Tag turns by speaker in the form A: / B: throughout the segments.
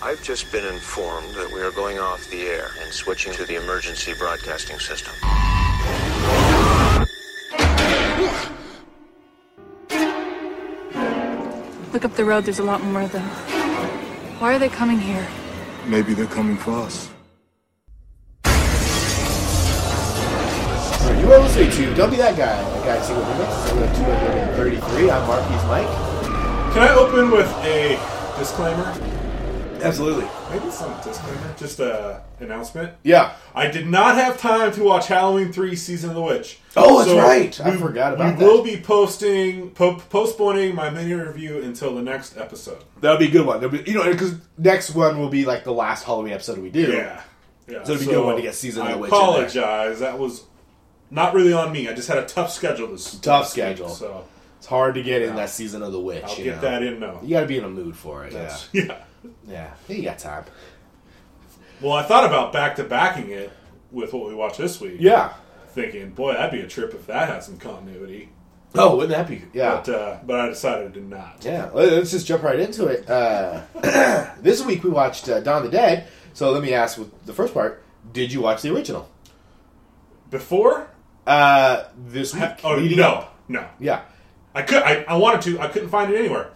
A: I've just been informed that we are going off the air and switching to the emergency broadcasting system.
B: Look up the road, there's a lot more of them. Why are they coming here?
C: Maybe they're coming for us.
D: You are listening to Don't Be That Guy, a guy single remix, episode 233. I'm Marky's Mike.
E: Can I open with a disclaimer?
D: Absolutely.
E: Maybe it's not a disclaimer, just a announcement.
D: Yeah.
E: I did not have time to watch Halloween three: Season of the Witch.
D: Oh, that's right. I forgot about
E: we
D: that.
E: will be posting, po- postponing my mini review until the next episode.
D: That'll be a good one. That'll Be, you know, because next one will be like the last Halloween episode we do.
E: Yeah, yeah.
D: So it'd be a good one to get Season of the Witch in
E: I
D: there.
E: apologize. That was not really on me. I just had a tough schedule this
D: Tough
E: this week,
D: schedule.
E: so
D: It's hard to get in that season of the witch.
E: I'll
D: you
E: get
D: know?
E: that in now.
D: You got to be in a mood for it. Yeah.
E: Yeah.
D: Yeah. Yeah, You got time.
E: Well, I thought about back to backing it with what we watched this week.
D: Yeah.
E: Thinking, boy, that'd be a trip if that had some continuity.
D: Oh, wouldn't that be? Yeah.
E: But uh, but I decided to not.
D: Yeah, let- let's just jump right into it. Uh, this week we watched uh, Dawn of the Dead. So let me ask with the first part: Did you watch the original?
E: Before?
D: Uh, this week,
E: Oh
D: leading
E: no,
D: up.
E: no.
D: yeah,
E: I could. I, I wanted to. I couldn't find it anywhere.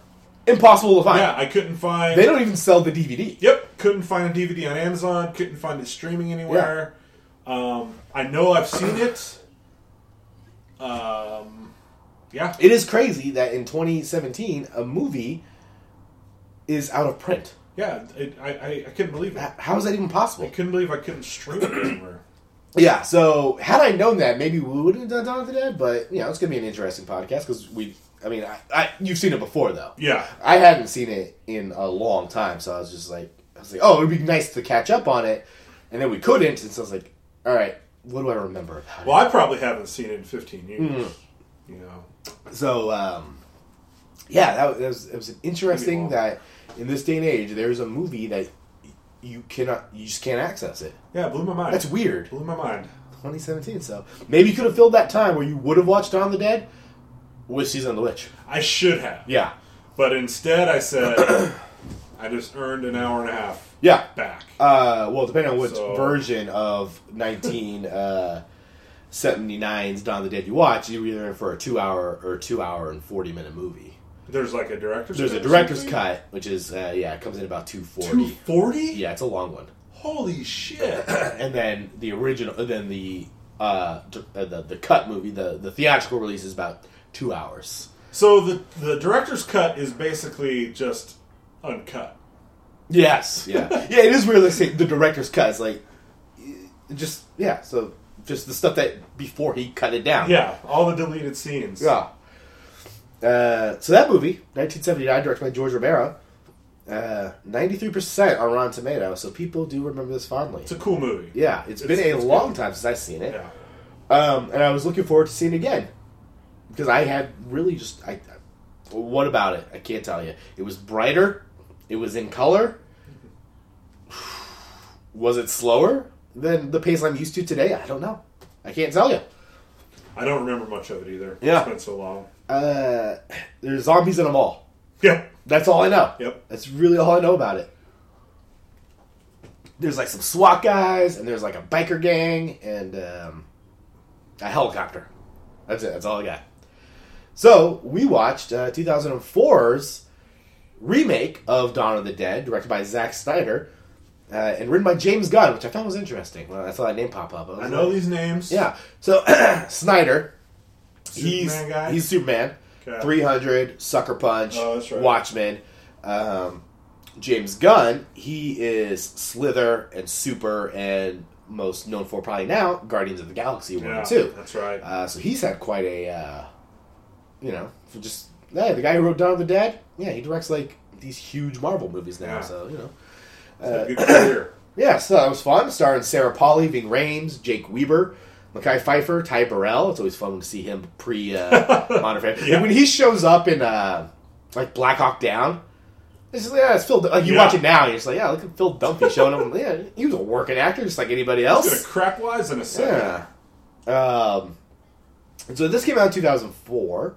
D: impossible to find.
E: Yeah, I couldn't find.
D: They don't even sell the DVD.
E: Yep, couldn't find a DVD on Amazon. Couldn't find it streaming anywhere. Um, I know I've seen it. Um, yeah,
D: It is crazy that in 2017 a movie is out of print.
E: yeah. It, I, I I couldn't believe it.
D: H- How is that even
E: I
D: possible?
E: couldn't believe I couldn't stream it anywhere.
D: Yeah, so had I known that, maybe we wouldn't have done Dawn of the Dead. But you know, it's gonna be an interesting podcast because we. I mean, I, I you've seen it before though.
E: Yeah,
D: I hadn't seen it in a long time, so I was just like, I was like, oh, it'd be nice to catch up on it, and then we couldn't, and so I was like, all right, what do I remember about
E: well, I probably haven't seen it in 15 years.
D: Hmm.
E: You know,
D: it? So, um, yeah, that was, that was it was interesting
E: long.
D: that in this day and age, there's a movie that you cannot, you just can't access it.
E: yeah, blew my mind.
D: That's weird.
E: Blew my mind.
D: 2017, so maybe you could have filled that time where you would have watched Dawn of the Dead with Season of the Witch.
E: I should have.
D: Yeah,
E: But instead, I said, I just earned an hour and a half
D: yeah.
E: back.
D: Uh, well, depending on which
E: So-
D: version of 1979's Dawn of the Dead you watch, you're either in for a two hour or two hour and 40 minute movie.
E: There's like a director's
D: There's a
E: cut or
D: director's
E: something?
D: cut, which is, uh, yeah, it comes in about 240.
E: 240?
D: Yeah, it's a long one.
E: Holy shit.
D: And then the original, then the, uh, d- uh, the, the cut movie, the, the theatrical release is about two hours.
E: so the, the director's cut is basically just uncut.
D: Yes. Yeah. yeah, it is weird to say the director's cut. It's like, it just, yeah, so just the stuff that before he cut it down.
E: Yeah, all the deleted scenes.
D: Yeah. Uh, so that movie, 1979, directed by George Romero, uh, 93% on Rotten Tomatoes, so people do remember this fondly.
E: It's a cool movie.
D: yeah, it's been
E: it's-
D: a
E: it's
D: long
E: good.
D: time since I've seen it.
E: Yeah.
D: Um, and I was looking forward to seeing it again. Because I had really just. I, I- what about it? I can't tell you. It was brighter, it was in color. Was it slower than the pace I'm used to today? I don't know. I can't tell you.
E: I don't remember much of it either.
D: Yeah.
E: It's been so long.
D: Uh, there's zombies in a mall.
E: Yeah.
D: That's all I know.
E: Yep.
D: That's really all I know about it. There's like some SWAT guys, and there's like a biker gang, and um, a helicopter. That's it. That's all I got. So we watched uh, 2004's remake of Dawn of the Dead, directed by Zack Snyder, uh, and written by James Gunn, which I found was interesting. Well, I saw that name pop up. was
E: I know
D: like-
E: these names.
D: yeah. So Snyder, he's
E: Superman guy?
D: he's Superman.
E: Okay.
D: Three hundred, Sucker Punch,
E: Oh, that's right.
D: Watchmen. Um, James Gunn, he is Slither and Super, and most known for probably now Guardians of the Galaxy one
E: Yeah,
D: and two.
E: That's right.
D: Uh, so he's had quite a, uh, you know, for just hey, the guy who wrote Dawn of the Dead. Yeah, he directs like these huge Marvel movies now.
E: Yeah.
D: So you know.
E: It's been a good career.
D: Yeah, so that was fun. Starring Sarah Polly, Ving Rhames, Jake Weber, Mackay Pfeiffer, Ty Burrell. It's always fun to see him pre uh, Modern Family.
E: Yeah.
D: When he shows up in uh, like Black Hawk Down, it's just like, yeah, it's Phil. Dun- Like you
E: Yeah.
D: watch it now, and you're just like, yeah, look at Phil Dunphy showing him. Yeah, he was a working actor, just like anybody
E: It's gonna
D: else.
E: crap wise in a second.
D: Yeah. Um, and so this came out in 2004.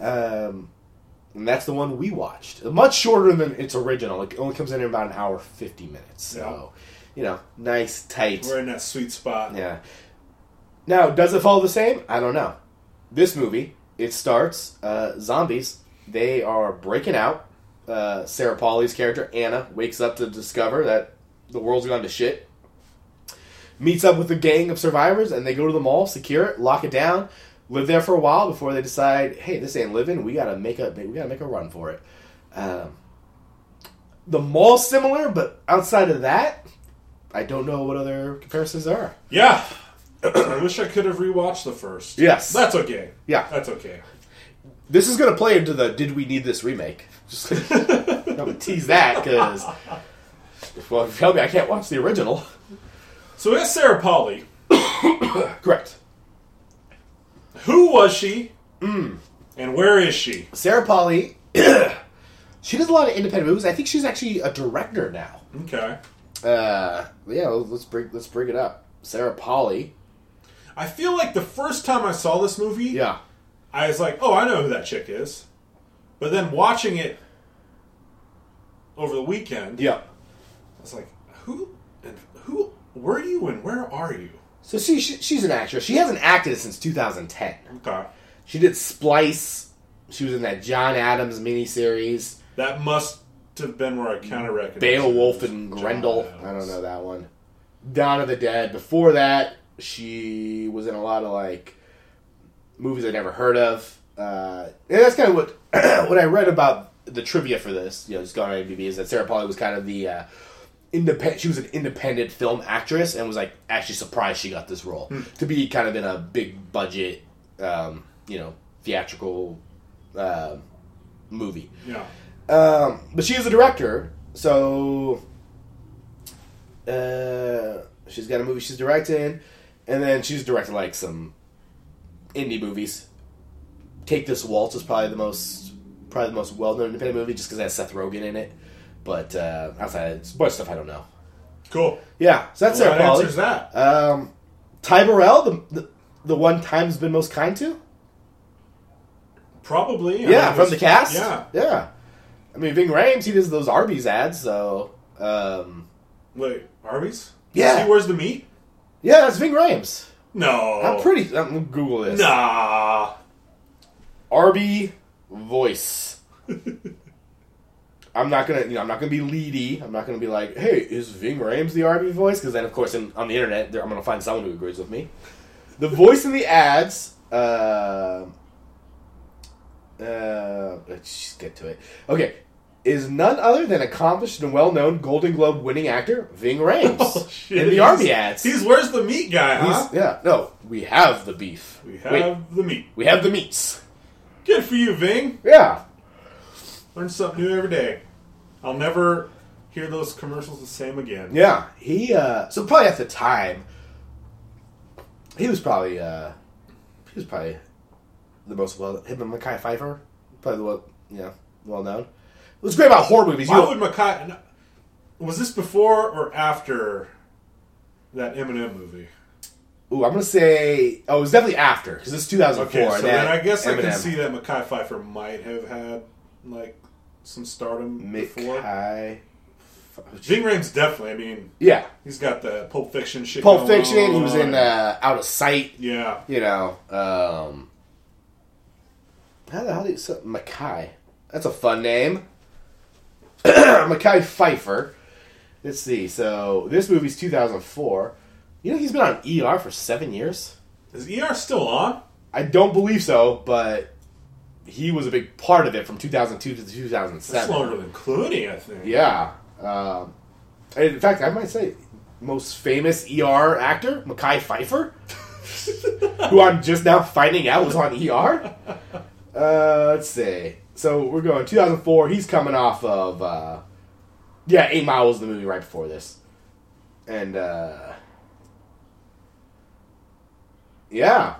D: Um, and that's the one we watched. Much shorter than its original. It only comes in in about an hour fifty minutes. So, you know, nice tight.
E: We're in that sweet spot.
D: Yeah. Now, does it follow the same? I don't know. This movie, it starts uh, zombies. They are breaking out. Uh, Sarah Pauli's character Anna wakes up to discover that the world's gone to shit. Meets up with a gang of survivors, and they go to the mall, secure it, lock it down, live there for a while before they decide, hey, this ain't living. We gotta make a we gotta make a run for it. Um, the mall's similar, but outside of that, I don't know what other comparisons there are.
E: Yeah. I wish I could have rewatched the first.
D: Yes.
E: That's okay.
D: Yeah.
E: That's okay.
D: This is going to play into the "Did we need this remake?" Just I'm gonna tease that because, well, if you tell me I can't watch the original.
E: So we got Sarah Polly.
D: Correct.
E: Who was she?
D: Hmm.
E: And where is she?
D: Sarah Polly. she does a lot of independent movies. I think she's actually a director now.
E: Okay.
D: Uh, yeah, let's bring let's bring it up. Sarah Polly.
E: I feel like the first time I saw this movie,
D: Yeah.
E: I was like, oh, I know who that chick is. But then watching it over the weekend,
D: Yeah.
E: I was like, who and who were you and where are you?
D: So she, she she's an actress. She hasn't acted since 2010.
E: Okay.
D: She did Splice. She was in that John Adams miniseries.
E: That must have been where I kind of recognized
D: Beowulf
E: her.
D: and
E: John
D: Grendel.
E: Adams.
D: I don't know that one. Dawn of the Dead. Before that, she was in a lot of like movies I never heard of. Uh, and that's kind of what what I read about the trivia for this. You know, just going on IMDb is that Sarah Polly was kind of the uh, independent. She was an independent film actress and was like actually surprised she got this role to be kind of in a big budget, um, you know, theatrical uh, movie.
E: Yeah.
D: Um, but she is a director, so uh, she's got a movie she's directing, and then she's directed like some indie movies. Take This Waltz is probably the most probably the most well known independent movie just because it has Seth Rogen in it. But uh, outside, it's a bunch of stuff I don't know.
E: Cool.
D: Yeah, so that's
E: Well,
D: Sarah
E: that
D: Polly.
E: answers that.
D: Um, Ty Burrell, the, the the one time's been most kind to.
E: Probably. I
D: Yeah,
E: mean,
D: from the
E: it's-
D: cast.
E: Yeah.
D: yeah. I mean, Ving Rhames, he does those Arby's ads, so um,
E: Wait, Arby's?
D: Yeah.
E: See, where's the meat?
D: yeah, that's Ving Rhames.
E: No.
D: I'm pretty. I'm gonna Google this.
E: Nah.
D: Arby voice. I'm not gonna, you know, I'm not gonna be leady. I'm not gonna be like, hey, is Ving Rhames the Arby voice? Because then, of course, in, on the internet, there, I'm gonna find someone who agrees with me. The voice in the ads. um uh, let's just get to it. Okay, is none other than accomplished and well-known Golden Globe winning actor Ving Rhames
E: Oh, Shit,
D: in the
E: he's-
D: Arby ads.
E: He's where's the meat guy, huh?
D: He's- yeah, no, we have the beef.
E: we have
D: Wait,
E: the meat.
D: we have the meats.
E: Good for you, Ving.
D: Yeah.
E: Learn something new every day. I'll never hear those commercials the same again.
D: Yeah, he uh so probably at the time he was probably uh he was probably the most well him and Mackay Pfeiffer probably the well yeah well known. What's great about horror movies? You
E: Why
D: don't-
E: would Mackay? Was this before or after that Eminem movie?
D: ooh, I'm gonna say oh it was definitely after because it's 2004.
E: Okay, so then I
D: that
E: guess I can
D: Eminem.
E: see that Mackay Pfeiffer might have had like some stardom before.
D: Mackay.
E: Ving Rhames definitely. I mean,
D: Yeah,
E: he's got the Pulp Fiction shit.
D: Pulp
E: going
D: Fiction. He was
E: on.
D: in uh, Out of Sight.
E: Yeah,
D: You know, um, how the hell do you so, Mackay? That's a fun name. Mackay Pfeiffer. Let's see. So this movie's 2004. You know he's been on ER for seven years.
E: is ER still on?
D: I don't believe so, but he was a big part of it from 2002 to
E: That's
D: 2007.
E: longer than Clooney, I think.
D: Yeah. Um, and in fact, I might say most famous ER actor, Mackay Pfeiffer, who I'm just now finding out was on ER. Uh, let's see. So we're going 2004. He's coming off of uh, yeah, Eight Mile was the movie right before this, and uh, yeah.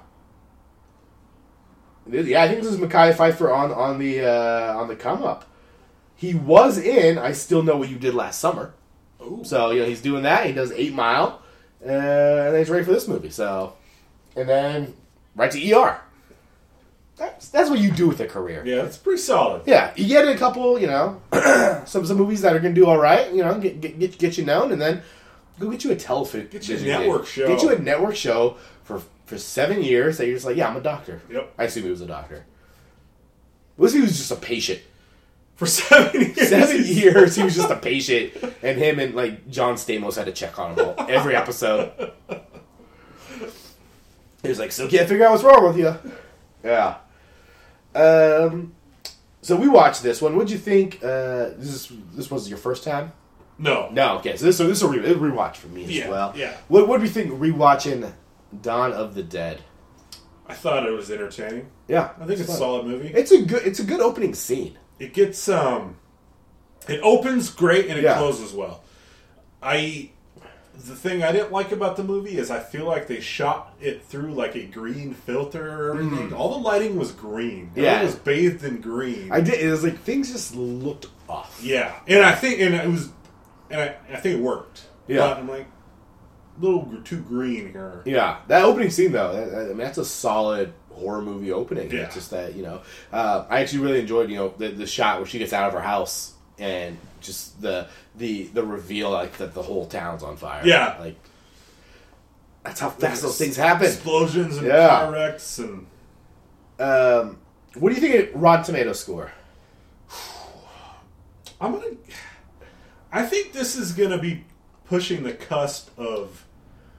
D: Yeah, I think this is Mackay Pfeiffer on on the uh, on the come up. He was in I Still Know What You Did Last Summer.
E: Ooh.
D: So, you know, he's doing that. He does 8 Mile. Uh, and then he's ready for this movie. So, and then right to ER. E That's that's what you do with a career.
E: Yeah, it's pretty solid.
D: Yeah, you get a couple, you know, some some movies that are gonna do all right, you know, get get get, get you known, and then go get you a television,
E: Get you a network show.
D: get you a network show for for seven years. That you're just like, yeah, I'm a doctor.
E: Yep.
D: I assume he was a doctor. What if he was just a patient?
E: For seven years.
D: Seven years, he was just a patient, and him and like John Stamos had to check on him all, every episode. He was like, "Still can't figure out what's wrong with you." Yeah. Um. So we watched this one. What'd you think? Uh, this is, this was your first time.
E: No.
D: No, okay. So this so this is a re- a rewatch for me as
E: Yeah,
D: well.
E: yeah.
D: What what do you think rewatching Dawn of the Dead?
E: I thought it was entertaining.
D: Yeah,
E: I think it's a
D: fun.
E: solid movie.
D: It's a good it's a good opening scene.
E: it gets um it opens great and it
D: Yeah.
E: closes well i the thing i didn't like about the movie is i feel like they shot it through like a green filter or everything all the lighting was green
D: Mm-hmm. Yeah.
E: it was bathed in green
D: I did. It was like things just looked off.
E: yeah and i think and it was and i, I think it worked
D: Yeah.
E: but i'm like a little gr- too green here
D: Yeah, that opening scene though, that, that- I mean, that's a solid horror movie opening.
E: Yeah.
D: It's just that you know, uh, I actually really enjoyed you know the, the shot where she gets out of her house and just the the the reveal like that the whole town's on fire.
E: Yeah.
D: like that's how fast those things happen.
E: explosions and
D: Yeah.
E: car wrecks and
D: Um, what do you think of Rotten Tomato score?
E: I'm gonna. I think this is gonna be pushing the cusp of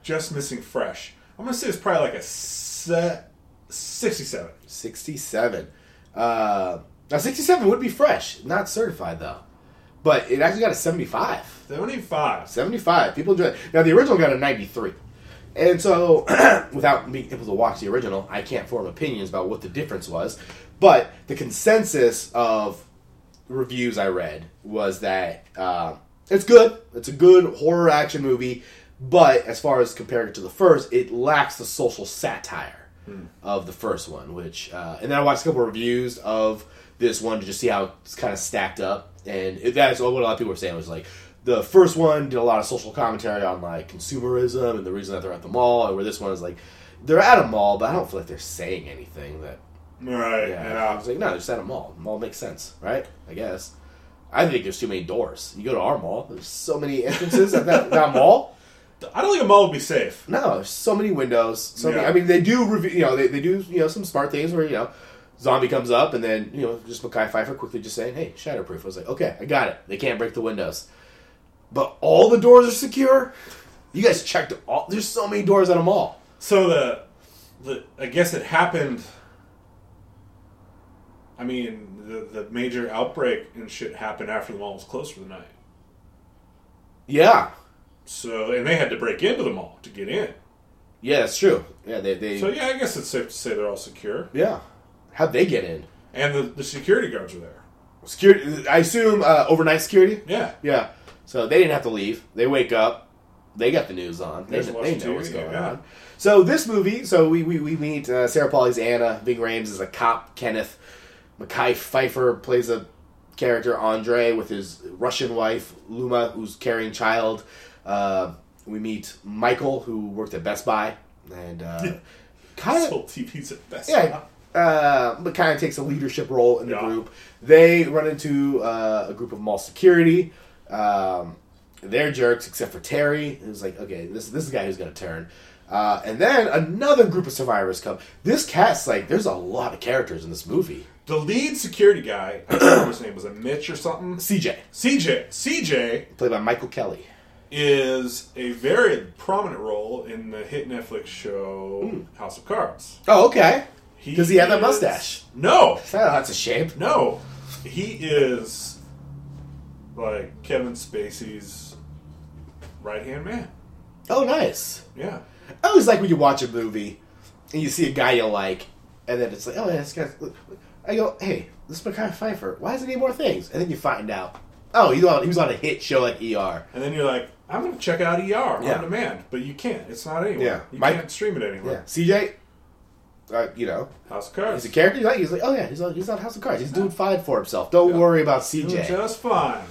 E: just missing fresh. I'm gonna say it's probably like a se- 67.
D: Sixty-seven. Uh, now sixty-seven would be fresh, not certified though, but it actually got a seventy-five.
E: 75.
D: 75. People enjoy it. Now, the original got a 93. And so, without being able to watch the original, I can't form opinions about what the difference was. But the consensus of reviews I read was that uh, it's good. It's a good horror action movie. But as far as comparing it to the first, it lacks the social satire of the first one. Which, uh, and then I watched a couple reviews of this one to just see how it's kind of stacked up. And it- that's what a lot of people were saying was like the first one did a lot of social commentary on like consumerism and the reason that they're at the mall, and where this one is like they're at a mall, but I don't feel like they're saying anything that
E: Right.
D: yeah. uh, I
E: Yeah.
D: was like, no, just at a mall. Mall makes sense, right? I guess. I think there's too many doors. You go to our mall, there's so many entrances at that, that mall.
E: I don't think a mall would be safe.
D: No, there's so many windows. So many,
E: Yeah.
D: I mean, they do review. You know, they, they do you know some smart things where you know, zombie comes up and then you know just Mackay Pfeiffer quickly just saying, "Hey, shatterproof." I was like, okay, I got it. They can't break the windows, but all the doors are secure. You guys checked all. There's so many doors at a mall.
E: So the, the I guess it happened. I mean, the, the major outbreak and shit happened after the mall was closed for the night.
D: Yeah,
E: So, and they had to break into the mall to get in.
D: yeah, that's true. Yeah, they they
E: So, yeah, I guess it's safe to say they're all secure.
D: yeah. How'd they get in?
E: And the, the security guards are there.
D: Security, I assume uh, overnight security.
E: Yeah.
D: Yeah. So they didn't have to leave. They wake up. They got the news on. They,
E: There's
D: they know
E: lots of TV,
D: what's going
E: yeah.
D: on. So this movie, so we we, we meet uh, Sarah Pauli's Anna. Bing Rames is a cop. Kenneth Mackay Pfeiffer plays a character Andre with his Russian wife Luma, who's carrying child. Uh, we meet Michael, who worked at Best Buy, and uh, kind of
E: Sold TV's at best.
D: yeah, uh, but kind of takes a leadership role in the
E: Yeah.
D: group. They run into uh, a group of mall security. Um, they're jerks, except for Terry. It was like, okay, this this is the guy who's gonna turn. Uh, and then another group of survivors come. This cast, like, there's a lot of characters in this movie.
E: The lead security guy, I don't know his name was a Mitch or something.
D: CJ,
E: CJ. CJ
D: played by Michael Kelly.
E: is a very prominent role in the hit Netflix show House of Cards.
D: Oh, okay. Hmm. Does he have that mustache?
E: No,
D: Oh, that's a shame.
E: no. He is like Kevin Spacey's right hand man.
D: Oh, nice.
E: Yeah.
D: I always like when you watch a movie and you see a guy you like, and then it's like, oh, yeah, this guy's. I go, hey, this Mackay Pfeiffer, why does he need more things? And then you find out, oh, he's on, he was on a hit show like ER.
E: And then you're like, I'm going to check out ER
D: Yeah.
E: on demand, but you can't. It's not anywhere.
D: Yeah.
E: You
D: Mike-
E: can't stream it anywhere.
D: Yeah. CJ, uh, you know,
E: House of Cards.
D: he's a character you like. He's like, oh, yeah, he's on, he's on House of Cards. He's doing fine for himself. Don't worry about CJ.
E: Doing just fine.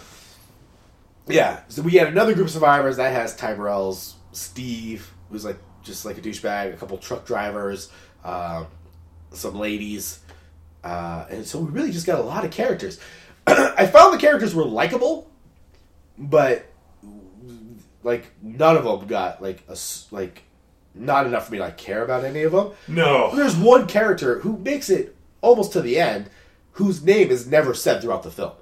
D: Yeah. So we had another group of survivors that has Tyrell's Steve, who's like just like a douchebag, a couple truck drivers, uh, um, some ladies, Uh, and so we really just got a lot of characters. I found the characters were likable, but like none of them got like a s- like not enough for me to like, care about any of them.
E: No.
D: There's one character who makes it almost to the end, whose name is never said throughout the film.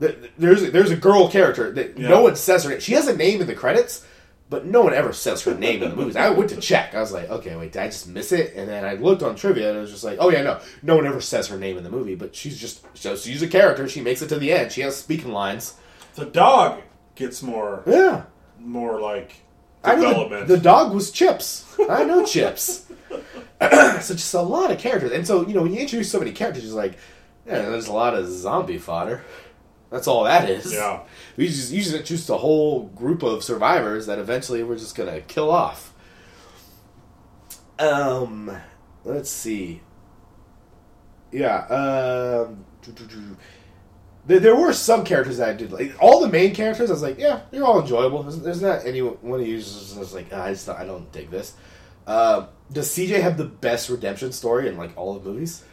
D: Th- th- There's a, there's a girl character that
E: Yeah.
D: no one says her. She has a name in the credits, but no one ever says her name in the movies. I went to check. I was like, okay, wait, did I just miss it? And then I looked on trivia, and it was just like, oh yeah, no, no one ever says her name in the movie. But she's just so she's a character. She makes it to the end. She has speaking lines.
E: The dog gets more
D: Yeah,
E: more like
D: I know the,
E: development.
D: the dog was Chips. I know Chips. so just a lot of characters, and so you know when you introduce so many characters, it's like, yeah, there's a lot of zombie fodder. That's all that is.
E: Yeah.
D: we just you just introduced a whole group of survivors that eventually we're just gonna kill off. Um, let's see. Yeah. Um. There, there were some characters that I did like. All the main characters, I was like, yeah, they're all enjoyable. There's, there's not any one of you that's just like, ah, I just I don't dig this. Uh, does CJ have the best redemption story in like all of movies?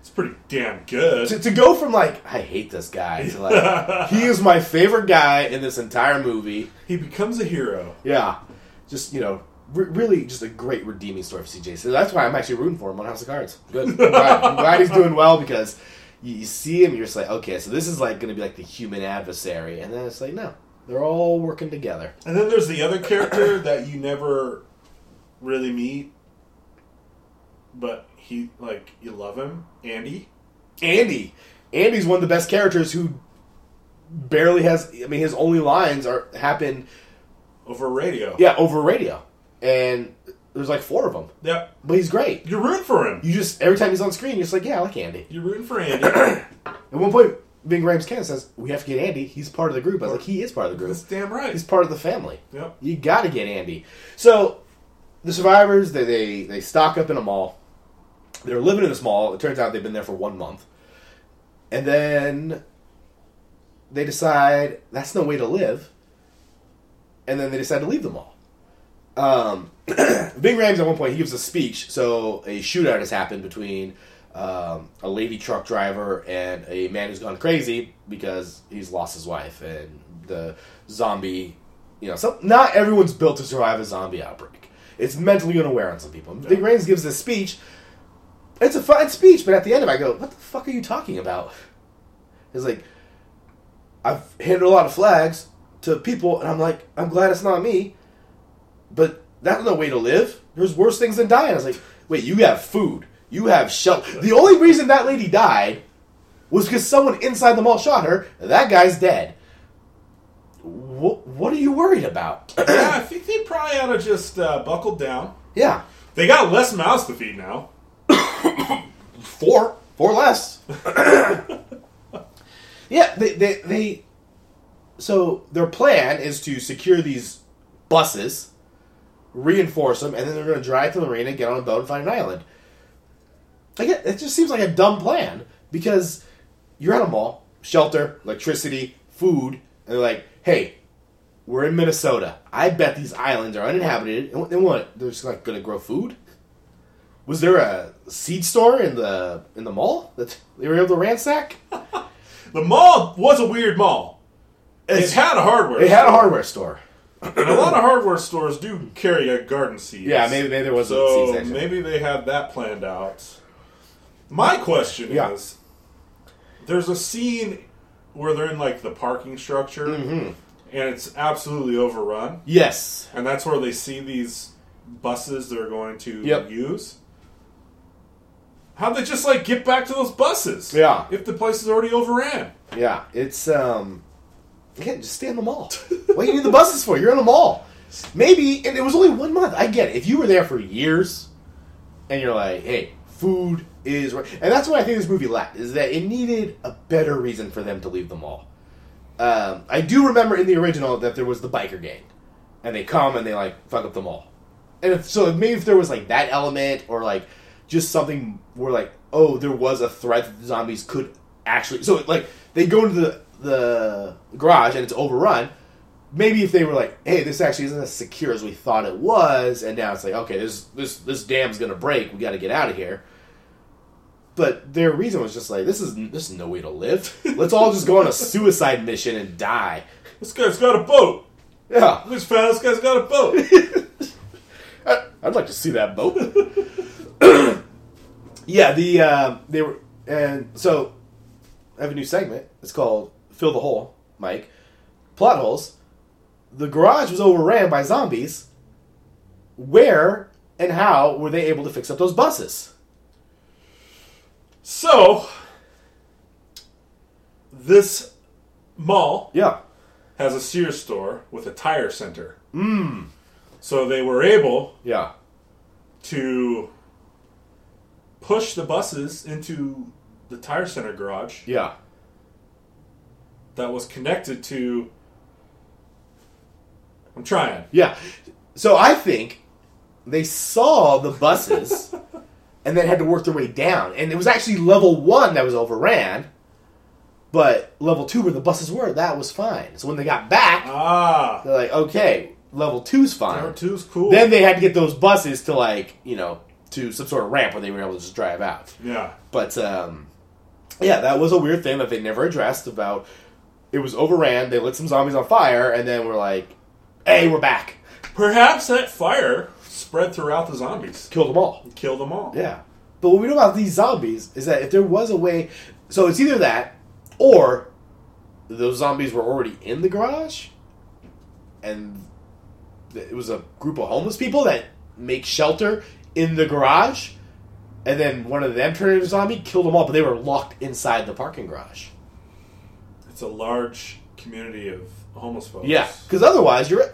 E: it's pretty damn good.
D: To, to go from like I hate this guy to like he is my favorite guy in this entire movie.
E: He becomes a hero.
D: Yeah, just you know, re- really just a great redeeming story for CJ. So that's why I'm actually rooting for him on House of Cards. Good, I'm glad, I'm glad he's doing well because you, you see him, you're just like, okay, so this is like going to be like the human adversary, and then it's like, no, they're all working together.
E: And then there's the other character that you never really meet, but he like you love him, Andy.
D: Andy, Andy's one of the best characters who barely has. I mean, his only lines are happen,
E: over radio.
D: yeah, over radio, and there's like four of them,
E: Yep.
D: but he's great.
E: You're rooting for him.
D: You just every time he's on screen, you're just like, yeah, I like Andy.
E: You're rooting for Andy.
D: At one point, Ving Rhames Ken says, "We have to get Andy. He's part of the group." I was like, "He is part of the group.
E: That's damn
D: He's
E: right.
D: part of the family.
E: Yep.
D: You got to get Andy." So, the survivors they, they they stock up in a mall. They're living in this mall. It turns out they've been there for one month, and then they decide that's no way to live, and then they decide to leave the mall. Um, Ving Rhames at one point he gives a speech. So a shootout has happened between um, a lady truck driver and a man who's gone crazy because he's lost his wife and the zombie. You know, some, not everyone's built to survive a zombie outbreak. It's mentally going to wear on some people. Ving Rhames gives this speech. It's a fine speech, but at the end of it, I go, "What the fuck are you talking about?" It's like I've handed a lot of flags to people, and I'm like, I'm glad it's not me but that's no way to live. There's worse things than dying. I was like, wait, you have food, you have shelter. The only reason that lady died was because someone inside the mall shot her. That guy's dead. What, what are you worried about?
E: yeah, I think they probably ought to just uh, buckle down.
D: yeah,
E: They got less mouths to feed now.
D: four, four less. yeah, they, they, they. So their plan is to secure these buses, reinforce them, and then they're going to drive to the marina, get on a boat, and find an island. Like it, it just seems like a dumb plan because you're at a mall, shelter, electricity, food, and they're like, "Hey, we're in Minnesota. I bet these islands are uninhabited, and, what- and what? They're just like going to grow food." Was there a seed store in the in the mall that they were able to ransack?
E: The mall was a weird mall. It
D: It's-
E: had a hardware.
D: It had a
E: store.
D: hardware store.
E: And a lot of hardware stores do carry a garden seed.
D: Yeah, maybe- maybe there was a
E: so
D: seed section.
E: maybe they had that planned out. My question
D: Yeah.
E: is, there's a scene where they're in like the parking structure,
D: Mm-hmm.
E: and it's absolutely overrun,
D: Yes.
E: and that's where they see these buses they're going to
D: Yep.
E: use. How'd they just like get back to those buses?
D: Yeah.
E: if the place is already overran.
D: Yeah. It's um again, just stay in the mall. what do you need the buses for? You're in a mall. Maybe and it was only one month. I get it. If you were there for years and you're like, hey, food is right and that's what I think this movie lacked, is that it needed a better reason for them to leave the mall. Um, I do remember in the original that there was the biker gang, and they come and they like fuck up the mall. And if, so maybe if there was like that element or like just something where like oh there was a threat that the zombies could actually so like they go into the the garage and it's overrun. Maybe if they were like hey this actually isn't as secure as we thought it was, and now it's like okay this this this dam's gonna break we got to get out of here. But their reason was just like this is this is no way to live. Let's all just go on a suicide mission and die.
E: This guy's got a boat.
D: Yeah,
E: This fat ass guy's got a boat.
D: I'd like to see that boat. yeah, the uh, they were, and so I have a new segment. It's called "Fill the Hole." Mike, plot holes. The garage was overran by zombies. Where and how were they able to fix up those buses?
E: So, this mall
D: Yeah,
E: has a Sears store with a tire center. Mm.
D: Hmm.
E: So they were able
D: yeah,
E: to push the buses into the tire center garage
D: yeah,
E: that was connected to. I'm trying.
D: yeah. So I think they saw the buses and then had to work their way down. And it was actually level one that was overran, but level two where the buses were, that was fine. So when they got back,
E: Ah,
D: they're like, okay, level two's
E: number
D: fine.
E: two's cool.
D: Then they had to get those buses to like, you know, to some sort of ramp where they were able to just drive out.
E: yeah.
D: But um, yeah, that was a weird thing that they never addressed about. It was overran. They lit some zombies on fire, and then we're like, "Hey, we're back!
E: Perhaps that fire spread throughout the zombies,
D: Kill them all!"
E: killed them all.
D: Yeah. But what we know about these zombies is that if there was a way, so it's either that, or those zombies were already in the garage, and th- it was a group of homeless people that make shelter in the garage, and then one of them turned into a zombie, killed them all, but they were locked inside the parking garage.
E: It's a large community of homeless folks.
D: Yeah, because otherwise, you're.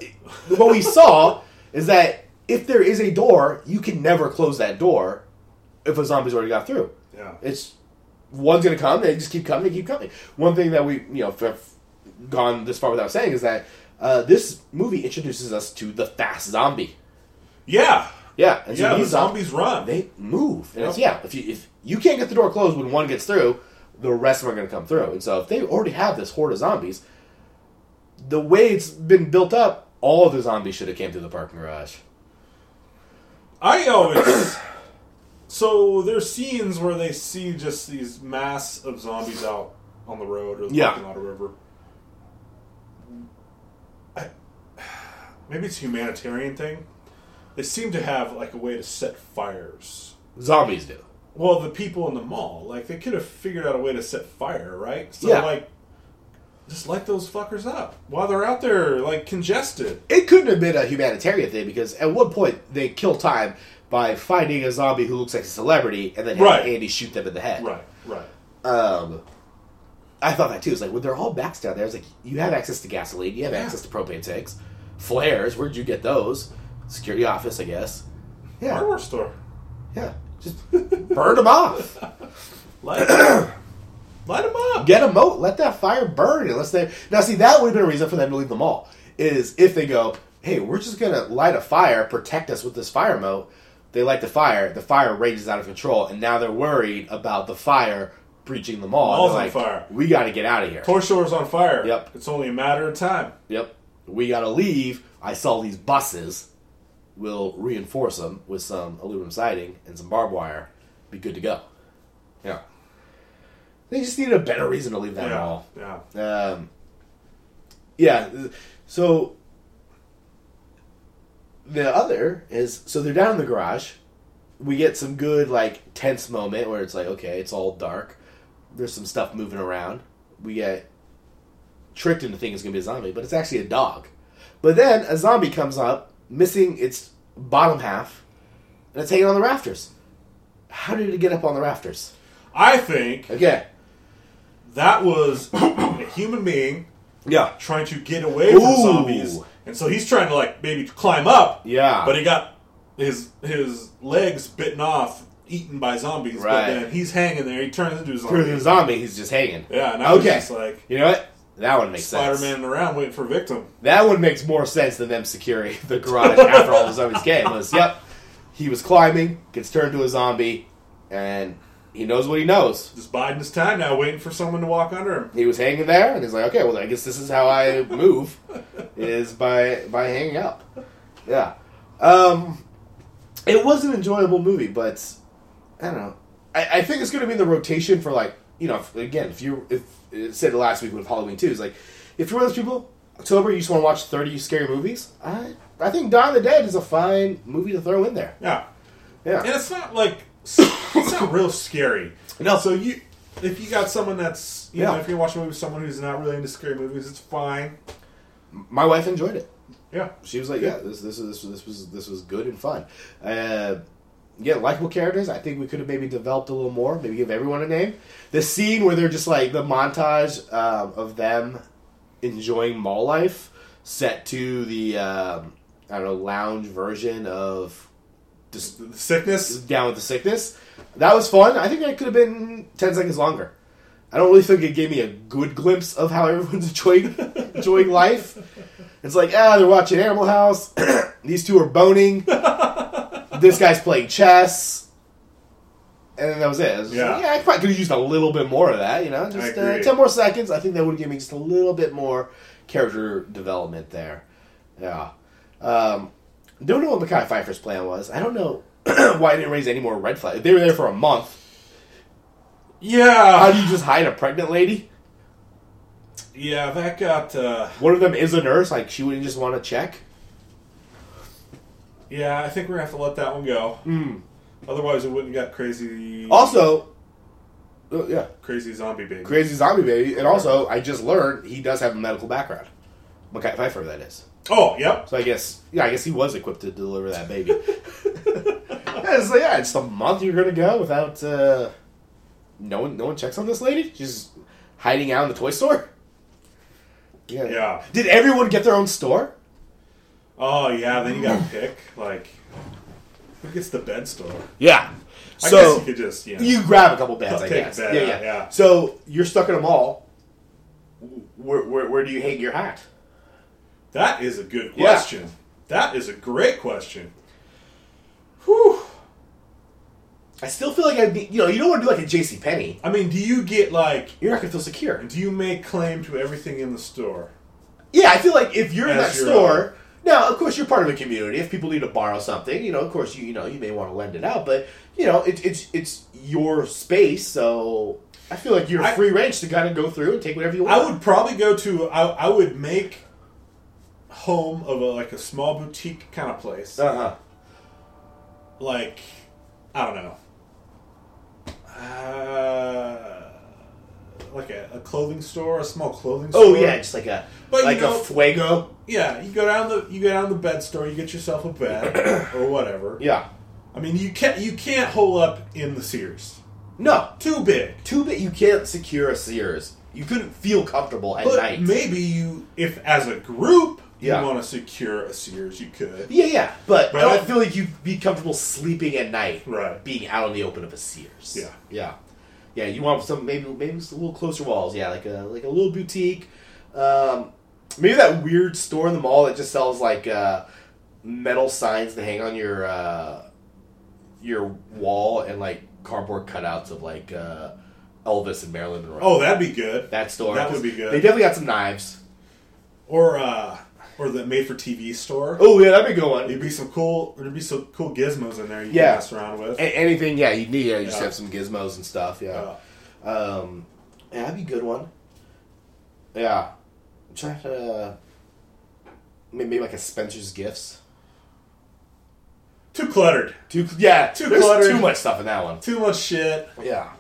D: What we saw is that if there is a door, you can never close that door if a zombie's already got through.
E: Yeah.
D: It's one's gonna come. They just keep coming. They keep coming. One thing that we you know have gone this far without saying is that uh, this movie introduces us to the fast zombie.
E: Yeah.
D: Yeah, and so
E: Yeah, the
D: these
E: zombies run.
D: They move, and it's,
E: Yep.
D: yeah. If you if you can't get the door closed when one gets through, the rest of them are going to come through. And so if they already have this horde of zombies, the way it's been built up, all of the zombies should have came through the parking garage.
E: I always. so there's scenes where they see just these mass of zombies out on the road or the
D: Yeah.
E: parking lot or wherever. I, maybe it's a humanitarian thing. They seem to have like a way to set fires.
D: Zombies do.
E: Well, the people in the mall, like they could have figured out a way to set fire, right? So
D: Yeah.
E: like just light those fuckers up while they're out there like congested.
D: It couldn't have been a humanitarian thing because at one point they kill time by finding a zombie who looks like a celebrity and then having
E: Right.
D: Andy shoot them in the head.
E: Right, right.
D: Um, I thought that too. It's like when they're all backs down there. It's like you have access to gasoline, you have access to propane tanks, flares. Where'd you get those? Security office, I guess. Yeah,
E: Hardware store.
D: yeah. Just burn them off.
E: Light 'em up. Light 'em up.
D: Get a moat. Let that fire burn. Unless they now see that would have been a reason for them to leave the mall. Is if they go, hey, we're just gonna light a fire, protect us with this fire moat. They light the fire. The fire rages out of control, and now they're worried about the fire breaching the mall.
E: Mall's
D: They're
E: on fire.
D: We got to get out of here.
E: Toy store's on fire.
D: Yep.
E: It's only a matter of time.
D: Yep. We gotta leave. I saw these buses. We'll reinforce them with some aluminum siding and some barbed wire. Be good to go. Yeah. They just needed a better reason to leave that
E: yeah.
D: mall.
E: Yeah.
D: Um, yeah. So the other is so they're down in the garage. We get some good like tense moment where it's like okay, it's all dark. There's some stuff moving around. We get tricked into thinking it's gonna be a zombie, but it's actually a dog. But then a zombie comes up, missing its bottom half, and it's hanging on the rafters. How did it get up on the rafters?
E: I think
D: Okay.
E: that was a human being
D: Yeah.
E: trying to get away
D: Ooh.
E: from zombies. And so he's trying to like maybe climb up.
D: Yeah.
E: But he got his his legs bitten off, eaten by zombies. But
D: Right.
E: then he's hanging there. He turns into a
D: Through the
E: zombie.
D: zombie, he's just hanging.
E: Yeah, and I was
D: Okay.
E: just like
D: You know what? That one makes
E: Spider
D: sense.
E: Man around waiting for a victim.
D: That one makes more sense than them securing the garage after all the zombies came. Was yep, he was climbing, gets turned to a zombie, and he knows what he knows.
E: Just biding his time now, waiting for someone to walk under him.
D: He was hanging there, and he's like, okay, well, I guess this is how I move, is by by hanging out. Yeah, um, it was an enjoyable movie, but I don't know. I, I think it's going to be in the rotation for like you know if, again if you if uh, say the last week with Halloween two is like if you're one of those people October you just want to watch thirty scary movies I I think Dawn of the Dead is a fine movie to throw in there
E: Yeah.
D: yeah
E: And it's not like it's not real scary.
D: No.
E: So you, if you got someone that's you know
D: Yeah.
E: if you watch a movie with someone who's not really into scary movies, it's fine.
D: my wife enjoyed it
E: Yeah.
D: she was like yeah this this is this, this was this was good and fun uh, yeah likable characters I think we could have maybe developed a little more maybe give everyone a name the scene where they're just like the montage um, of them enjoying mall life set to the um, I don't know lounge version of just
E: Sickness.
D: down with the sickness. That was fun. I think that could have been ten seconds longer. I don't really think it gave me a good glimpse of how everyone's enjoying enjoying life. It's like ah, they're watching Animal House. These two are boning. this guy's playing chess. And then that was it. I was just like,
E: Yeah.
D: yeah, I probably could have used a little bit more of that, you know? Just uh,
E: agree.
D: 10 more seconds. I think that would give me just a little bit more character development there. Yeah. Um, don't know what Mackay Pfeiffer's plan was. I don't know why I didn't raise any more red flags. If They were there for a month. How
E: Yeah.
D: do you just hide a pregnant lady?
E: Yeah. That got. Uh,
D: One of them is a nurse. Like, she wouldn't just want to check.
E: yeah. I think we're gonna have to let that one go. Otherwise, it wouldn't got crazy.
D: Hmm. Also, oh, yeah,
E: crazy zombie baby.
D: crazy zombie baby. And also, I just learned he does have a medical background. Mackay Pfeiffer, that is.
E: Oh, yep.
D: So I guess, yeah, I guess he was equipped to deliver that baby. yeah, it's like, yeah, it's the month you're gonna go without uh, no one. No one checks on this lady. She's hiding out in the toy store. Yeah.
E: Yeah.
D: Did everyone get their own store?
E: Oh, yeah. Then you got to pick like who gets the bed store.
D: Yeah.
E: I
D: So
E: guess you could just yeah.
D: you grab a couple beds, I
E: Take a
D: guess.
E: bed,
D: yeah,
E: yeah,
D: yeah,
E: yeah.
D: So you're stuck in a mall. Where, where, where do you hang your hat?
E: That is a good
D: Yeah.
E: question. That is a great question. Whew.
D: I still feel like I'd be, you know, you don't want to do like a J.C. Penney.
E: I mean, do you get like?
D: You're not gonna feel secure.
E: Do you make claim to everything in the store?
D: Yeah, I feel like if you're in that
E: As your
D: store, now of course you're part of a community. If people need to borrow something, you know, of course you you know you may want to lend it out, but you know it, it's it's your space, so I feel like you're
E: I-
D: free range to kind of go through and take whatever you want.
E: I would probably go to. I, I would make home of a, like a small boutique kind of place.
D: Uh huh.
E: like I don't know, uh, like a, a clothing store, a small clothing store.
D: Oh yeah, just like a
E: But you
D: like
E: know-
D: a fuego.
E: yeah. You go down the you go down the bed store, you get yourself a bed or whatever.
D: Yeah.
E: I mean you can't you can't hole up in the Sears.
D: No,
E: Too big.
D: too bit you can't secure a Sears. You couldn't feel comfortable at
E: But
D: night.
E: maybe you, if as a group,
D: Yeah.
E: you want to secure a Sears, you could.
D: yeah, yeah, but,
E: But
D: I
E: I-
D: don't feel like you'd be comfortable sleeping at night,
E: Right.
D: Being out in the open of a Sears.
E: Yeah.
D: yeah, yeah. You want some maybe maybe some little closer walls. Yeah, like a like a little boutique. Um, maybe that weird store in the mall that just sells like uh, metal signs to hang on your uh, your wall and like cardboard cutouts of like uh, Elvis and Marilyn Monroe.
E: Oh, that'd be good.
D: that store
E: that would be good.
D: They definitely got some knives.
E: Or uh, or the made-for-TV store.
D: Oh yeah, that'd be a good one.
E: There'd be some cool. There'd be some cool gizmos in there you
D: Yeah.
E: can mess around with.
D: A- anything, yeah, you need. Yeah, you just
E: Yeah.
D: have some gizmos and stuff. Yeah,
E: Uh,
D: um, yeah, that'd be a good one. Yeah, I'm trying to uh, may- maybe like a Spencer's Gifts.
E: too cluttered.
D: Too yeah,
E: Too
D: there's
E: cluttered.
D: Too much stuff in that one.
E: Too much shit.
D: Yeah,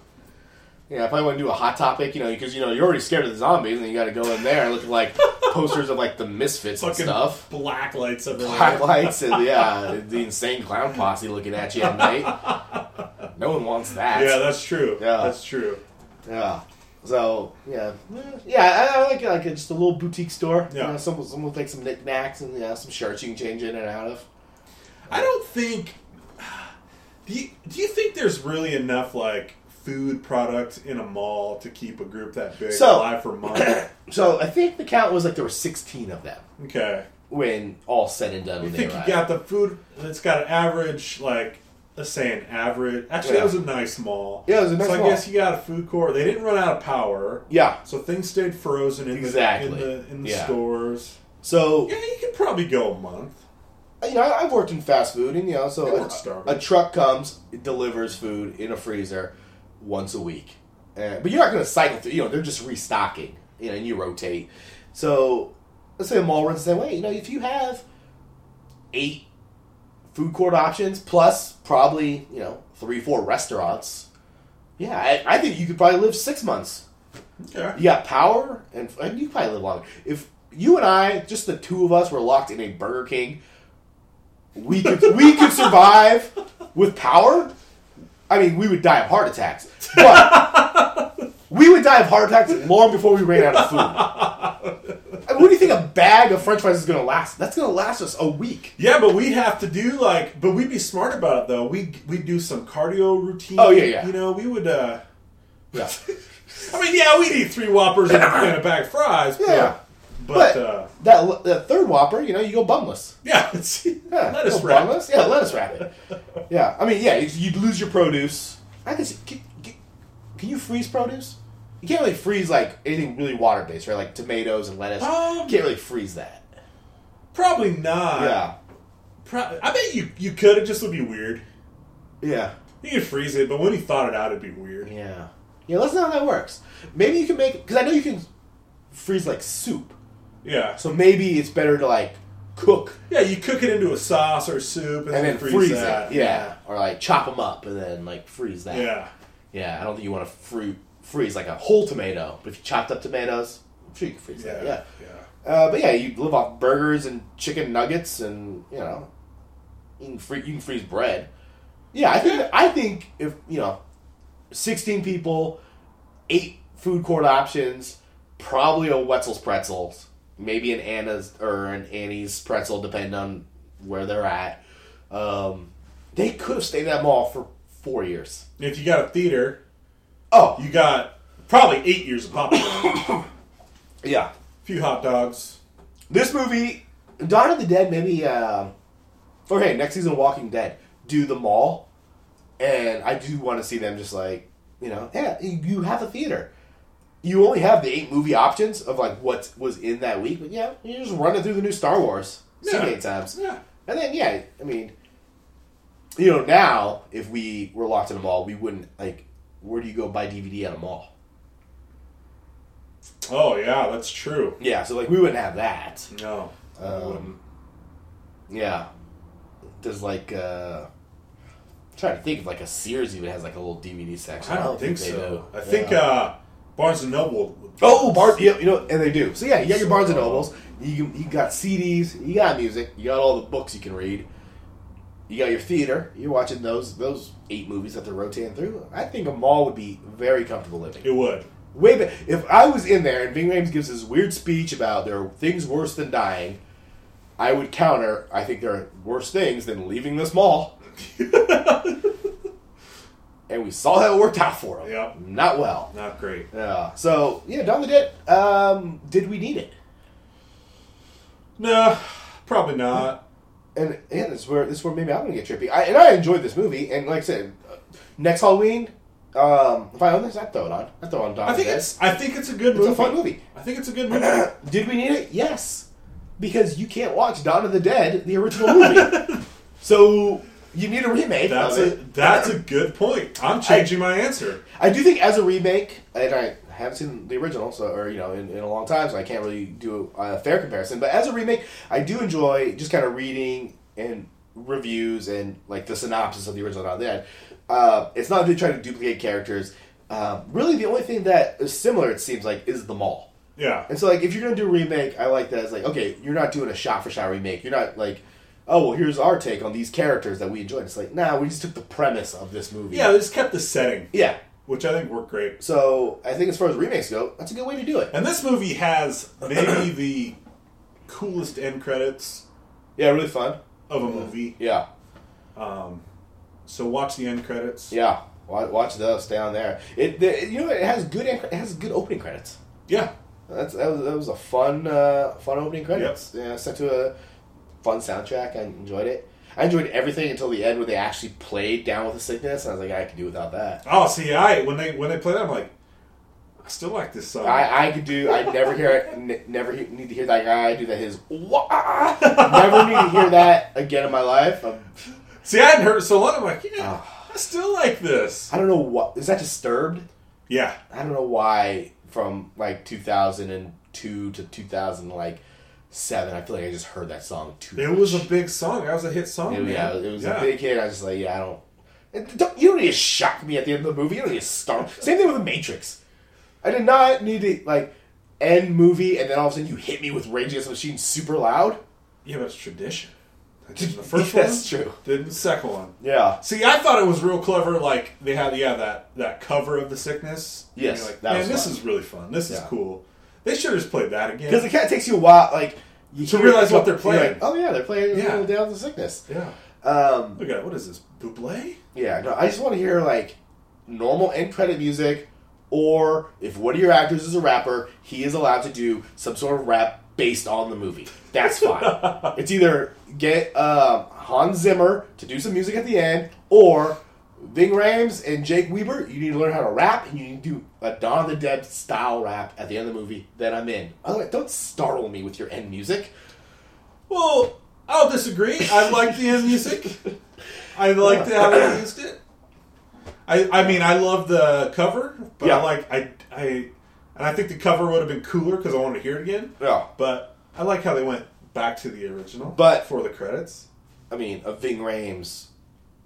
D: yeah. I probably want to do a hot topic, you know, because you know you're already scared of the zombies, and you got to go in there and look at like posters of like the misfits and
E: Fucking
D: stuff.
E: black lights everywhere.
D: Black lights and yeah, the insane clown posse looking at you at night. No one wants that.
E: Yeah, that's true.
D: Yeah.
E: That's true.
D: Yeah. So yeah, yeah, I, I like like uh, just a little boutique store.
E: Yeah.
D: You know, some some will take some knickknacks and you know, some shirts you can change in and out of.
E: I don't think. Do you, do you think there's really enough like food product in a mall to keep a group that big
D: So-
E: alive for months?
D: So I think the count was like there were sixteen of them
E: okay.
D: when all said and done.
E: You
D: When they
E: think you
D: arrived.
E: got the food that's got an average like let's say an average. Actually,
D: Yeah.
E: that was a nice mall.
D: Yeah, it was a nice
E: So I
D: mall.
E: guess you got a food court. They didn't run out of power.
D: yeah.
E: So things stayed frozen in
D: Exactly.
E: the in the, in the
D: Yeah.
E: stores.
D: So
E: Yeah, you could probably go a month.
D: you know I- I've worked in fast food and you know so
E: I worked
D: a,
E: Starbucks.
D: a truck comes it delivers food in a freezer. once a week. Uh, but you're not going to cycle through. You know, they're just restocking. You know, and you rotate. So let's say a mall runs the same way. You know, if you have eight food court options plus probably you know three, four restaurants, yeah, I, I think you could probably live six months.
E: Okay.
D: You got power, and, and you probably live longer. If you and I, just the two of us, were locked in a Burger King, we could we could survive with power. I mean, we would die of heart attacks, but we would die of heart attacks long before we ran out of food. I mean, what do you think a bag of French fries is going to last? That's going to last us a week.
E: Yeah, but we'd have to do like, but we'd be smart about it though. We we do some cardio routine.
D: Oh, yeah, yeah.
E: You know, we would. uh
D: Yeah,
E: I mean, yeah, we'd eat three whoppers and, and a bag of fries. but-
D: Yeah.
E: But,
D: but
E: uh,
D: that that third Whopper, you know, you go bumless.
E: yeah, it's,
D: Yeah,
E: let us
D: no
E: wrap.
D: boneless. Yeah, let us wrap it. Yeah, I mean, yeah, you- you'd lose your produce. I guess can, can, can you freeze produce? You can't really freeze like anything really water based, right? Like tomatoes and lettuce.
E: Um,
D: you can't really freeze that.
E: Probably not.
D: Yeah,
E: Pro- I bet you you could. It just would be weird.
D: yeah,
E: You could freeze it, but when you thought it out, it'd be weird.
D: yeah. Yeah, let's know how that works. Maybe you can make because I know you can freeze like soup.
E: Yeah.
D: So maybe it's better to like cook
E: Yeah, you cook it into a sauce or soup and, then
D: and then
E: freeze,
D: freeze
E: that.
D: it. Yeah, or like chop them up and then like freeze that.
E: Yeah.
D: Yeah, I don't think you want to fruit freeze like a whole tomato, but if you chopped up tomatoes, I'm sure you can freeze
E: Yeah.
D: that. Yeah.
E: yeah.
D: Uh, but yeah, you live off burgers and chicken nuggets, and you know, you can, free- you can freeze bread. Yeah, I think I think if you know, sixteen people, eight food court options, probably a Wetzel's pretzels, maybe an Anna's or an Annie's pretzel, depending on where they're at. Um, they could have stayed at that mall for four years.
E: If you got a theater,
D: Oh,
E: you got probably eight years of popcorn,
D: yeah.
E: a few hot dogs.
D: This movie, Dawn of the Dead, maybe. Uh, okay, next season, Walking Dead, do the mall, and I do want to see them just like you know, yeah, you you have a theater. You only have the eight movie options of like what was in that week, but yeah, you just run it through the new Star Wars. See
E: Yeah.
D: it eight times.
E: Yeah.
D: And then yeah, I mean, you know, now if we were locked in a mall, we wouldn't like. Where do you go buy DVD at a mall?
E: Oh yeah, that's true.
D: Yeah, so like we wouldn't have that.
E: No.
D: Um, yeah. There's like uh I'm trying to think of like a Sears even has like a little DVD section.
E: I don't think
D: they
E: so.
D: do.
E: I think
D: Yeah.
E: uh, Barnes and Noble.
D: Oh, Bar- yeah, you know, and they do. So yeah, you got your Barnes and Nobles. You can- you got CDs. You got music. You got all the books you can read. You got your theater. You're watching those those eight movies that they're rotating through. I think a mall would be very comfortable living.
E: It would.
D: Way better. If I was in there and Bing Rames gives his weird speech about there are things worse than dying, I would counter. I think there are worse things than leaving this mall. and we saw how it worked out for him.
E: Yep.
D: Not well.
E: Not great.
D: Yeah. So yeah, Dawn of the Dead. Um, did we need it?
E: No, probably not.
D: And yeah, this is where this is where maybe I'm gonna get trippy. I, and I enjoyed this movie. And like I said, uh, next Halloween, um, if I own this, I would throw it on. I would throw on Dawn
E: I
D: of
E: think
D: the Dead.
E: it's. I think it's a good
D: It's
E: movie.
D: a fun movie.
E: I think it's a good movie.
D: Did we need it? Yes. Because you can't watch Dawn of the Dead, the original movie. so you need a remake.
E: That's
D: of
E: a
D: it.
E: that's a good point. I'm changing my answer.
D: I do think as a remake, and I haven't seen the original, so or you know, in, in a long time, so I can't really do a, a fair comparison. But as a remake, I do enjoy just kind of reading and reviews and like the synopsis of the original Dawn of the Dead. Uh, it's not really trying to duplicate characters. Um, really, the only thing that is similar, it seems like, is the mall.
E: Yeah.
D: And so, like, if you're gonna do a remake, I like that. It's like, okay, you're not doing a shot for shot remake. You're not like, oh, well, here's our take on these characters that we enjoyed. It's like, nah, we just took the premise of this movie.
E: Yeah, they just kept the setting,
D: yeah.
E: which I think worked great.
D: So I think as far as remakes go, that's a good way to do it.
E: And this movie has maybe the coolest end credits
D: Yeah, really fun.
E: of a
D: Mm-hmm.
E: movie.
D: Yeah,
E: So watch the end credits.
D: yeah. Watch, watch those down there. It, the, you know it has good en- it has good opening credits.
E: Yeah.
D: That's that was, that was a fun uh, fun opening credits. Yeah, set to a fun soundtrack. I enjoyed it. I enjoyed everything until the end where they actually played "Down with the Sickness," and I was like, I could do without that.
E: Oh, see, I when they when they play that, I'm like, I still like this song.
D: I, I could do. I never hear it. N- never he- need to hear that guy do that. His wah. never need to hear that again in my life. Um, Ah.
E: see, I hadn't heard it so long. I'm like, yeah, I still like this.
D: I don't know what is that disturbed?
E: Yeah.
D: I don't know why from like 2002 to 2000 like seven. I feel like I just heard that song too.
E: It
D: much.
E: was a big song. That was a hit song.
D: It-
E: man.
D: yeah, it was
E: Yeah.
D: a big hit. I was just like, yeah, I don't. it- don't- You don't need to shock me at the end of the movie. You don't need to start. Same thing with the Matrix. I did not need to like end movie and then all of a sudden you hit me with Rage Against the Machine super loud.
E: Yeah, but it's tradition. I did the first one.
D: That's true.
E: Did the second one.
D: Yeah,
E: See, I thought it was real clever. Like they had, yeah, that that cover of the sickness. And
D: Yes,
E: you're like,
D: that
E: man,
D: was
E: this
D: fun.
E: is really fun. This is
D: Yeah.
E: cool. They should have just played that again.
D: because it kind of takes you a while, like you
E: To
D: hear-
E: realize what they're
D: you're
E: playing.
D: Like, oh yeah, they're playing
E: Yeah.
D: Little Down with the Sickness.
E: yeah.
D: Um,
E: Look at it. What is this? Buble?
D: Yeah, no, I just want to hear like normal end credit music, or if one of your actors is a rapper, he is allowed to do some sort of rap based on the movie. That's fine. it's either get um, Hans Zimmer to do some music at the end, or Ving Rhames and Jake Weber. You need to learn how to rap, and you need to do a Dawn of the Dead style rap at the end of the movie. Then I'm in. Otherwise, don't startle me with your end music.
E: Well, I'll disagree. I like the end music. I liked how they used it. I, I mean, I love the cover, but
D: Yeah.
E: I like I I and I think the cover would have been cooler because I wanted to hear it again.
D: Yeah.
E: But I like how they went back to the original.
D: But-
E: for the credits,
D: I mean, a Ving Rhames.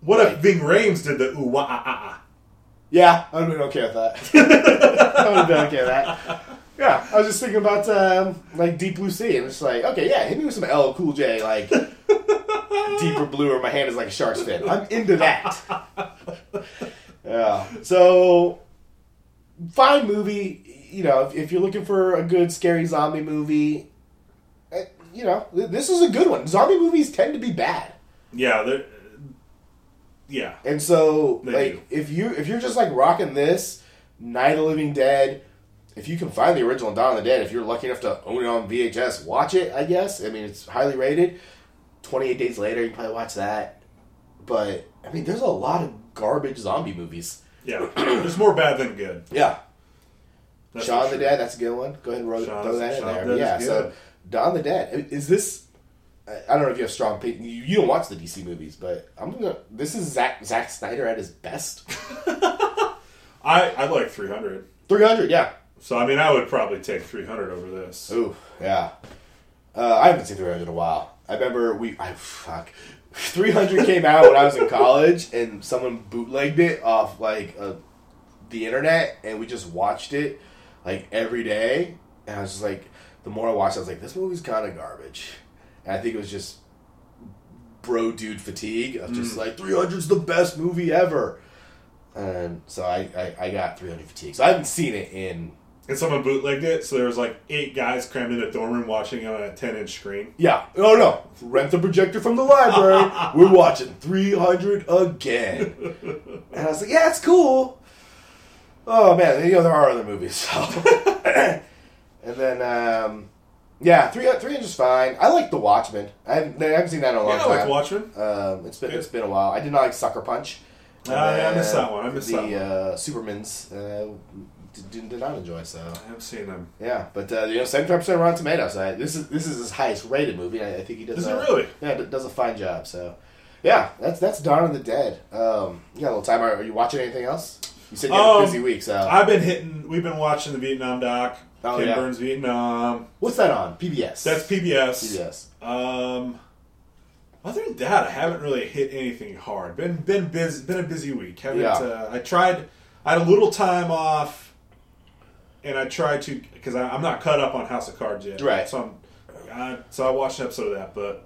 E: what if Ving Rhames did the ooh wah ah ah?
D: Yeah, I would have been okay with that. I would have been okay with that. Yeah, I was just thinking about um, like Deep Blue Sea, and it's like, okay, yeah, hit me with some LL Cool J, like deeper blue, or my hand is like a shark's fin. I'm into that. yeah. So, fine movie. You know, if, if you're looking for a good scary zombie movie, eh, you know, th- this is a good one. Zombie movies tend to be bad.
E: Yeah, they're- yeah.
D: And so,
E: They
D: like,
E: do.
D: if you if you're just like rocking this Night of the Living Dead, if you can find the original Dawn of the Dead, if you're lucky enough to own it on VHS, watch it. I guess. I mean, it's highly rated. Twenty eight days later, you can probably watch that. But I mean, there's a lot of garbage zombie movies.
E: Yeah, there's more bad than good.
D: Yeah,
E: That's
D: Shaun
E: for
D: of the
E: sure.
D: Dead. That's a good one. Go ahead and ro-
E: Shaun-
D: throw that
E: Shaun of
D: in
E: the
D: there.
E: Dead
D: Yeah.
E: is
D: So
E: good.
D: Dawn of the Dead is this. I- I don't know if you have strong. Pe- you you don't watch the DC movies, but I'm gonna. This is Zack Zack Snyder at his best.
E: I I like 300.
D: Three hundred. Yeah.
E: So I mean, I would probably take 300 over this.
D: Ooh, yeah. Uh, I haven't seen 300 in a while. I remember we, I fuck, 300 came out when I was in college, and someone bootlegged it off like uh, the internet, and we just watched it like every day. And I was just like, the more I watched, I was like, this movie's kind of garbage. And I think it was just bro dude fatigue of just like 300's the best movie ever. And so I, I, I got 300 fatigue. So I haven't seen it in
E: And someone bootlegged it, so there was like eight guys crammed in a dorm room watching it on a 10 inch screen.
D: Yeah. Oh no. Rent the projector from the library. We're watching 300 again. And I was like, yeah, it's cool. Oh man, you know there are other movies. So. and then, um, yeah, uh, 300 300's fine. I like The Watchmen. I haven't, I haven't seen that in a long
E: Yeah, I
D: time.
E: like Watchmen.
D: Um, it's been it's been a while. I did not like Sucker Punch.
E: Ah, yeah, I missed
D: then
E: that one. I missed
D: the,
E: that one.
D: uh, Supermans. Uh, did, did not enjoy so.
E: I have seen them.
D: Yeah, but uh, you know, seventy-five percent Rotten Tomatoes. I, this is this is his highest rated movie. I, I think he does.
E: Is it
D: a,
E: really?
D: Yeah, d- does a fine job. So, yeah, that's that's Dawn of the Dead. Um, you got a little time. Are, are you watching anything else? You said you had
E: Um,
D: a busy week. So,
E: I've been hitting, we've been watching the Vietnam doc,
D: Oh,
E: Ken
D: yeah.
E: Burns Vietnam.
D: what's that on PBS?
E: That's PBS.
D: PBS.
E: Um, other than that, I haven't really hit anything hard. Been been busy, been a busy week. Haven't.
D: Yeah.
E: Uh, I tried. I had a little time off, and I tried to because I'm not caught up on House of Cards yet.
D: Right.
E: So I'm. I, so I watched an episode of that, but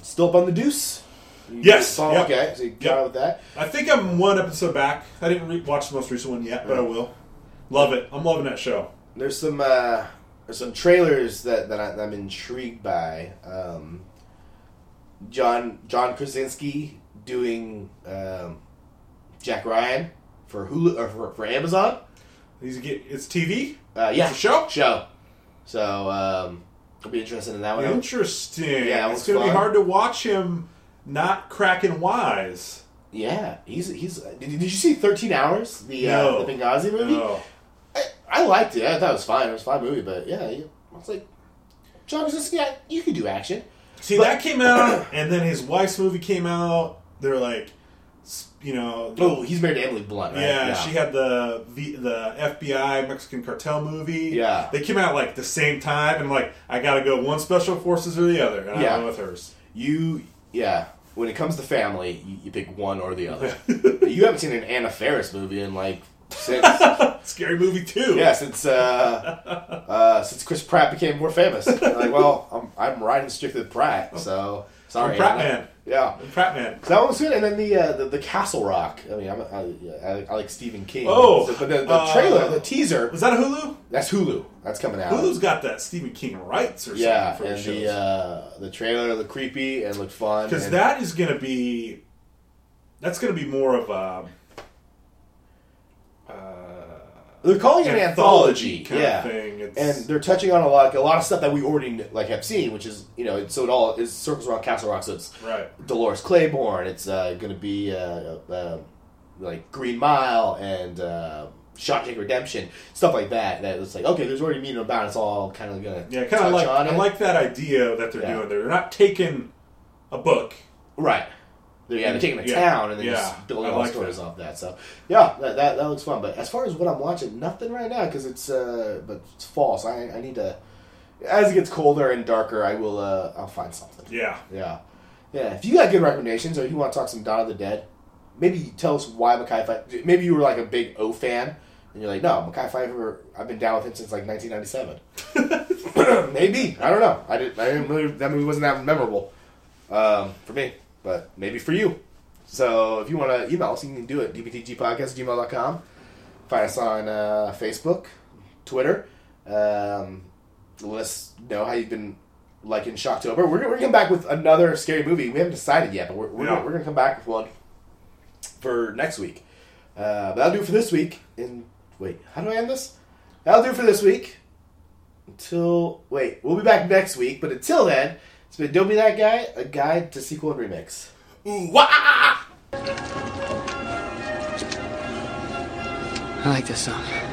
D: Still up on the Deuce. You
E: Yes,
D: saw-
E: yep.
D: Okay. So you got
E: Yep.
D: out with that.
E: I think I'm one episode back. I didn't re- watch the most recent one yet, but I will. Love it. I'm loving that show.
D: There's some uh, there's some trailers that, that, I, that I'm intrigued by. Um, John John Krasinski doing um, Jack Ryan for Hulu or for, for Amazon.
E: He's get, it's TV.
D: Uh, yeah,
E: It's a show?
D: show. So um, I'll be interested in that one.
E: Interesting.
D: Yeah, it
E: it's
D: looks
E: gonna be
D: fun.
E: hard to watch him not cracking wise.
D: Yeah, he's he's. Did, did you see Thirteen Hours? The
E: No.
D: uh, the Benghazi movie.
E: No.
D: I, I liked it. I thought it was fine. It was a fine movie, but yeah, you- it's like John Krasinski. I- You could do action.
E: See, that came out, and then his wife's movie came out. They're like, s- you know.
D: Oh, he's married to Emily Blunt, right?
E: Yeah, she had the, the the FBI Mexican cartel movie.
D: Yeah.
E: they came out like the same time, and I'm like I gotta go one special forces or the other, and
D: Yeah.
E: I went with hers.
D: You, yeah. When it comes to family, you, you pick one or the other. you haven't seen an Anna Faris movie in like since
E: Scary movie too.
D: yeah since uh, uh, since Chris Pratt became more famous. Like, well, I'm I'm riding strictly with Pratt, so
E: I'm
D: sorry,
E: Oh. Pratt
D: Anna.
E: man.
D: Yeah.
E: Pratt Man.
D: So that one was good, and then the uh, the, the Castle Rock. I mean, I'm, I, I, I like Stephen King.
E: Oh,
D: So- but the, the
E: uh,
D: trailer, the teaser,
E: Was that a Hulu?
D: that's Hulu. That's coming out.
E: Hulu's got that Stephen King rights or
D: yeah,
E: something for
D: and
E: his
D: the
E: shows.
D: uh, the trailer looked creepy and looked fun.
E: because
D: and-
E: that is going to be that's going to be more of a
D: they're calling it an anthology,
E: kind
D: yeah.
E: of thing. It's,
D: and they're touching on a lot, a lot of stuff that we already kn- like have seen, which is you know, it's, so it all is circles around Castle Rock. So it's
E: right,
D: Dolores Claiborne. It's uh, going to be uh, uh, like Green Mile and uh, Shawshank Redemption, stuff like that. That it's like okay, there's already meaning about. it, It's all kind of going to
E: yeah, kind of like
D: on
E: I
D: it.
E: like that idea that they're
D: Yeah.
E: doing. there. They're not taking a book.
D: right. They're, yeah, they're taking a
E: Yeah.
D: town and they're
E: Yeah.
D: just building
E: I
D: all
E: like
D: stories
E: that.
D: off that. So yeah, that, that that looks fun. But as far as what I'm watching, nothing right now because it's uh, but it's fall. So I, I need to. As it gets colder and darker, I will. Uh, I'll find something.
E: Yeah,
D: Yeah. Yeah. If you got good recommendations or you want to talk some Dawn of the Dead, maybe you tell us why Mackay Pfeiffer. Maybe you were like a big O fan and you're like, no, Mackay Pfeiffer, I've been down with him since like 1997. maybe. I don't know. I didn't, I didn't really, that movie wasn't that memorable um, for me, but maybe for you. So if you want to email us, you can do it. dbtgpodcast.gmail.com. Find us on uh, Facebook, Twitter. Um, let us know how you've been liking Shocktober. We're, gonna- we're going to come back with another scary movie. We haven't decided yet, but we're, we're,
E: Yeah.
D: gonna, we're going to come back with one for next week. Uh, but that'll do it for this week. And wait, how do I end this? That'll do it for this week. Until wait, we'll be back next week. But until then, it's been Don't Be That Guy, a guide to sequel and remix.
F: I like this song.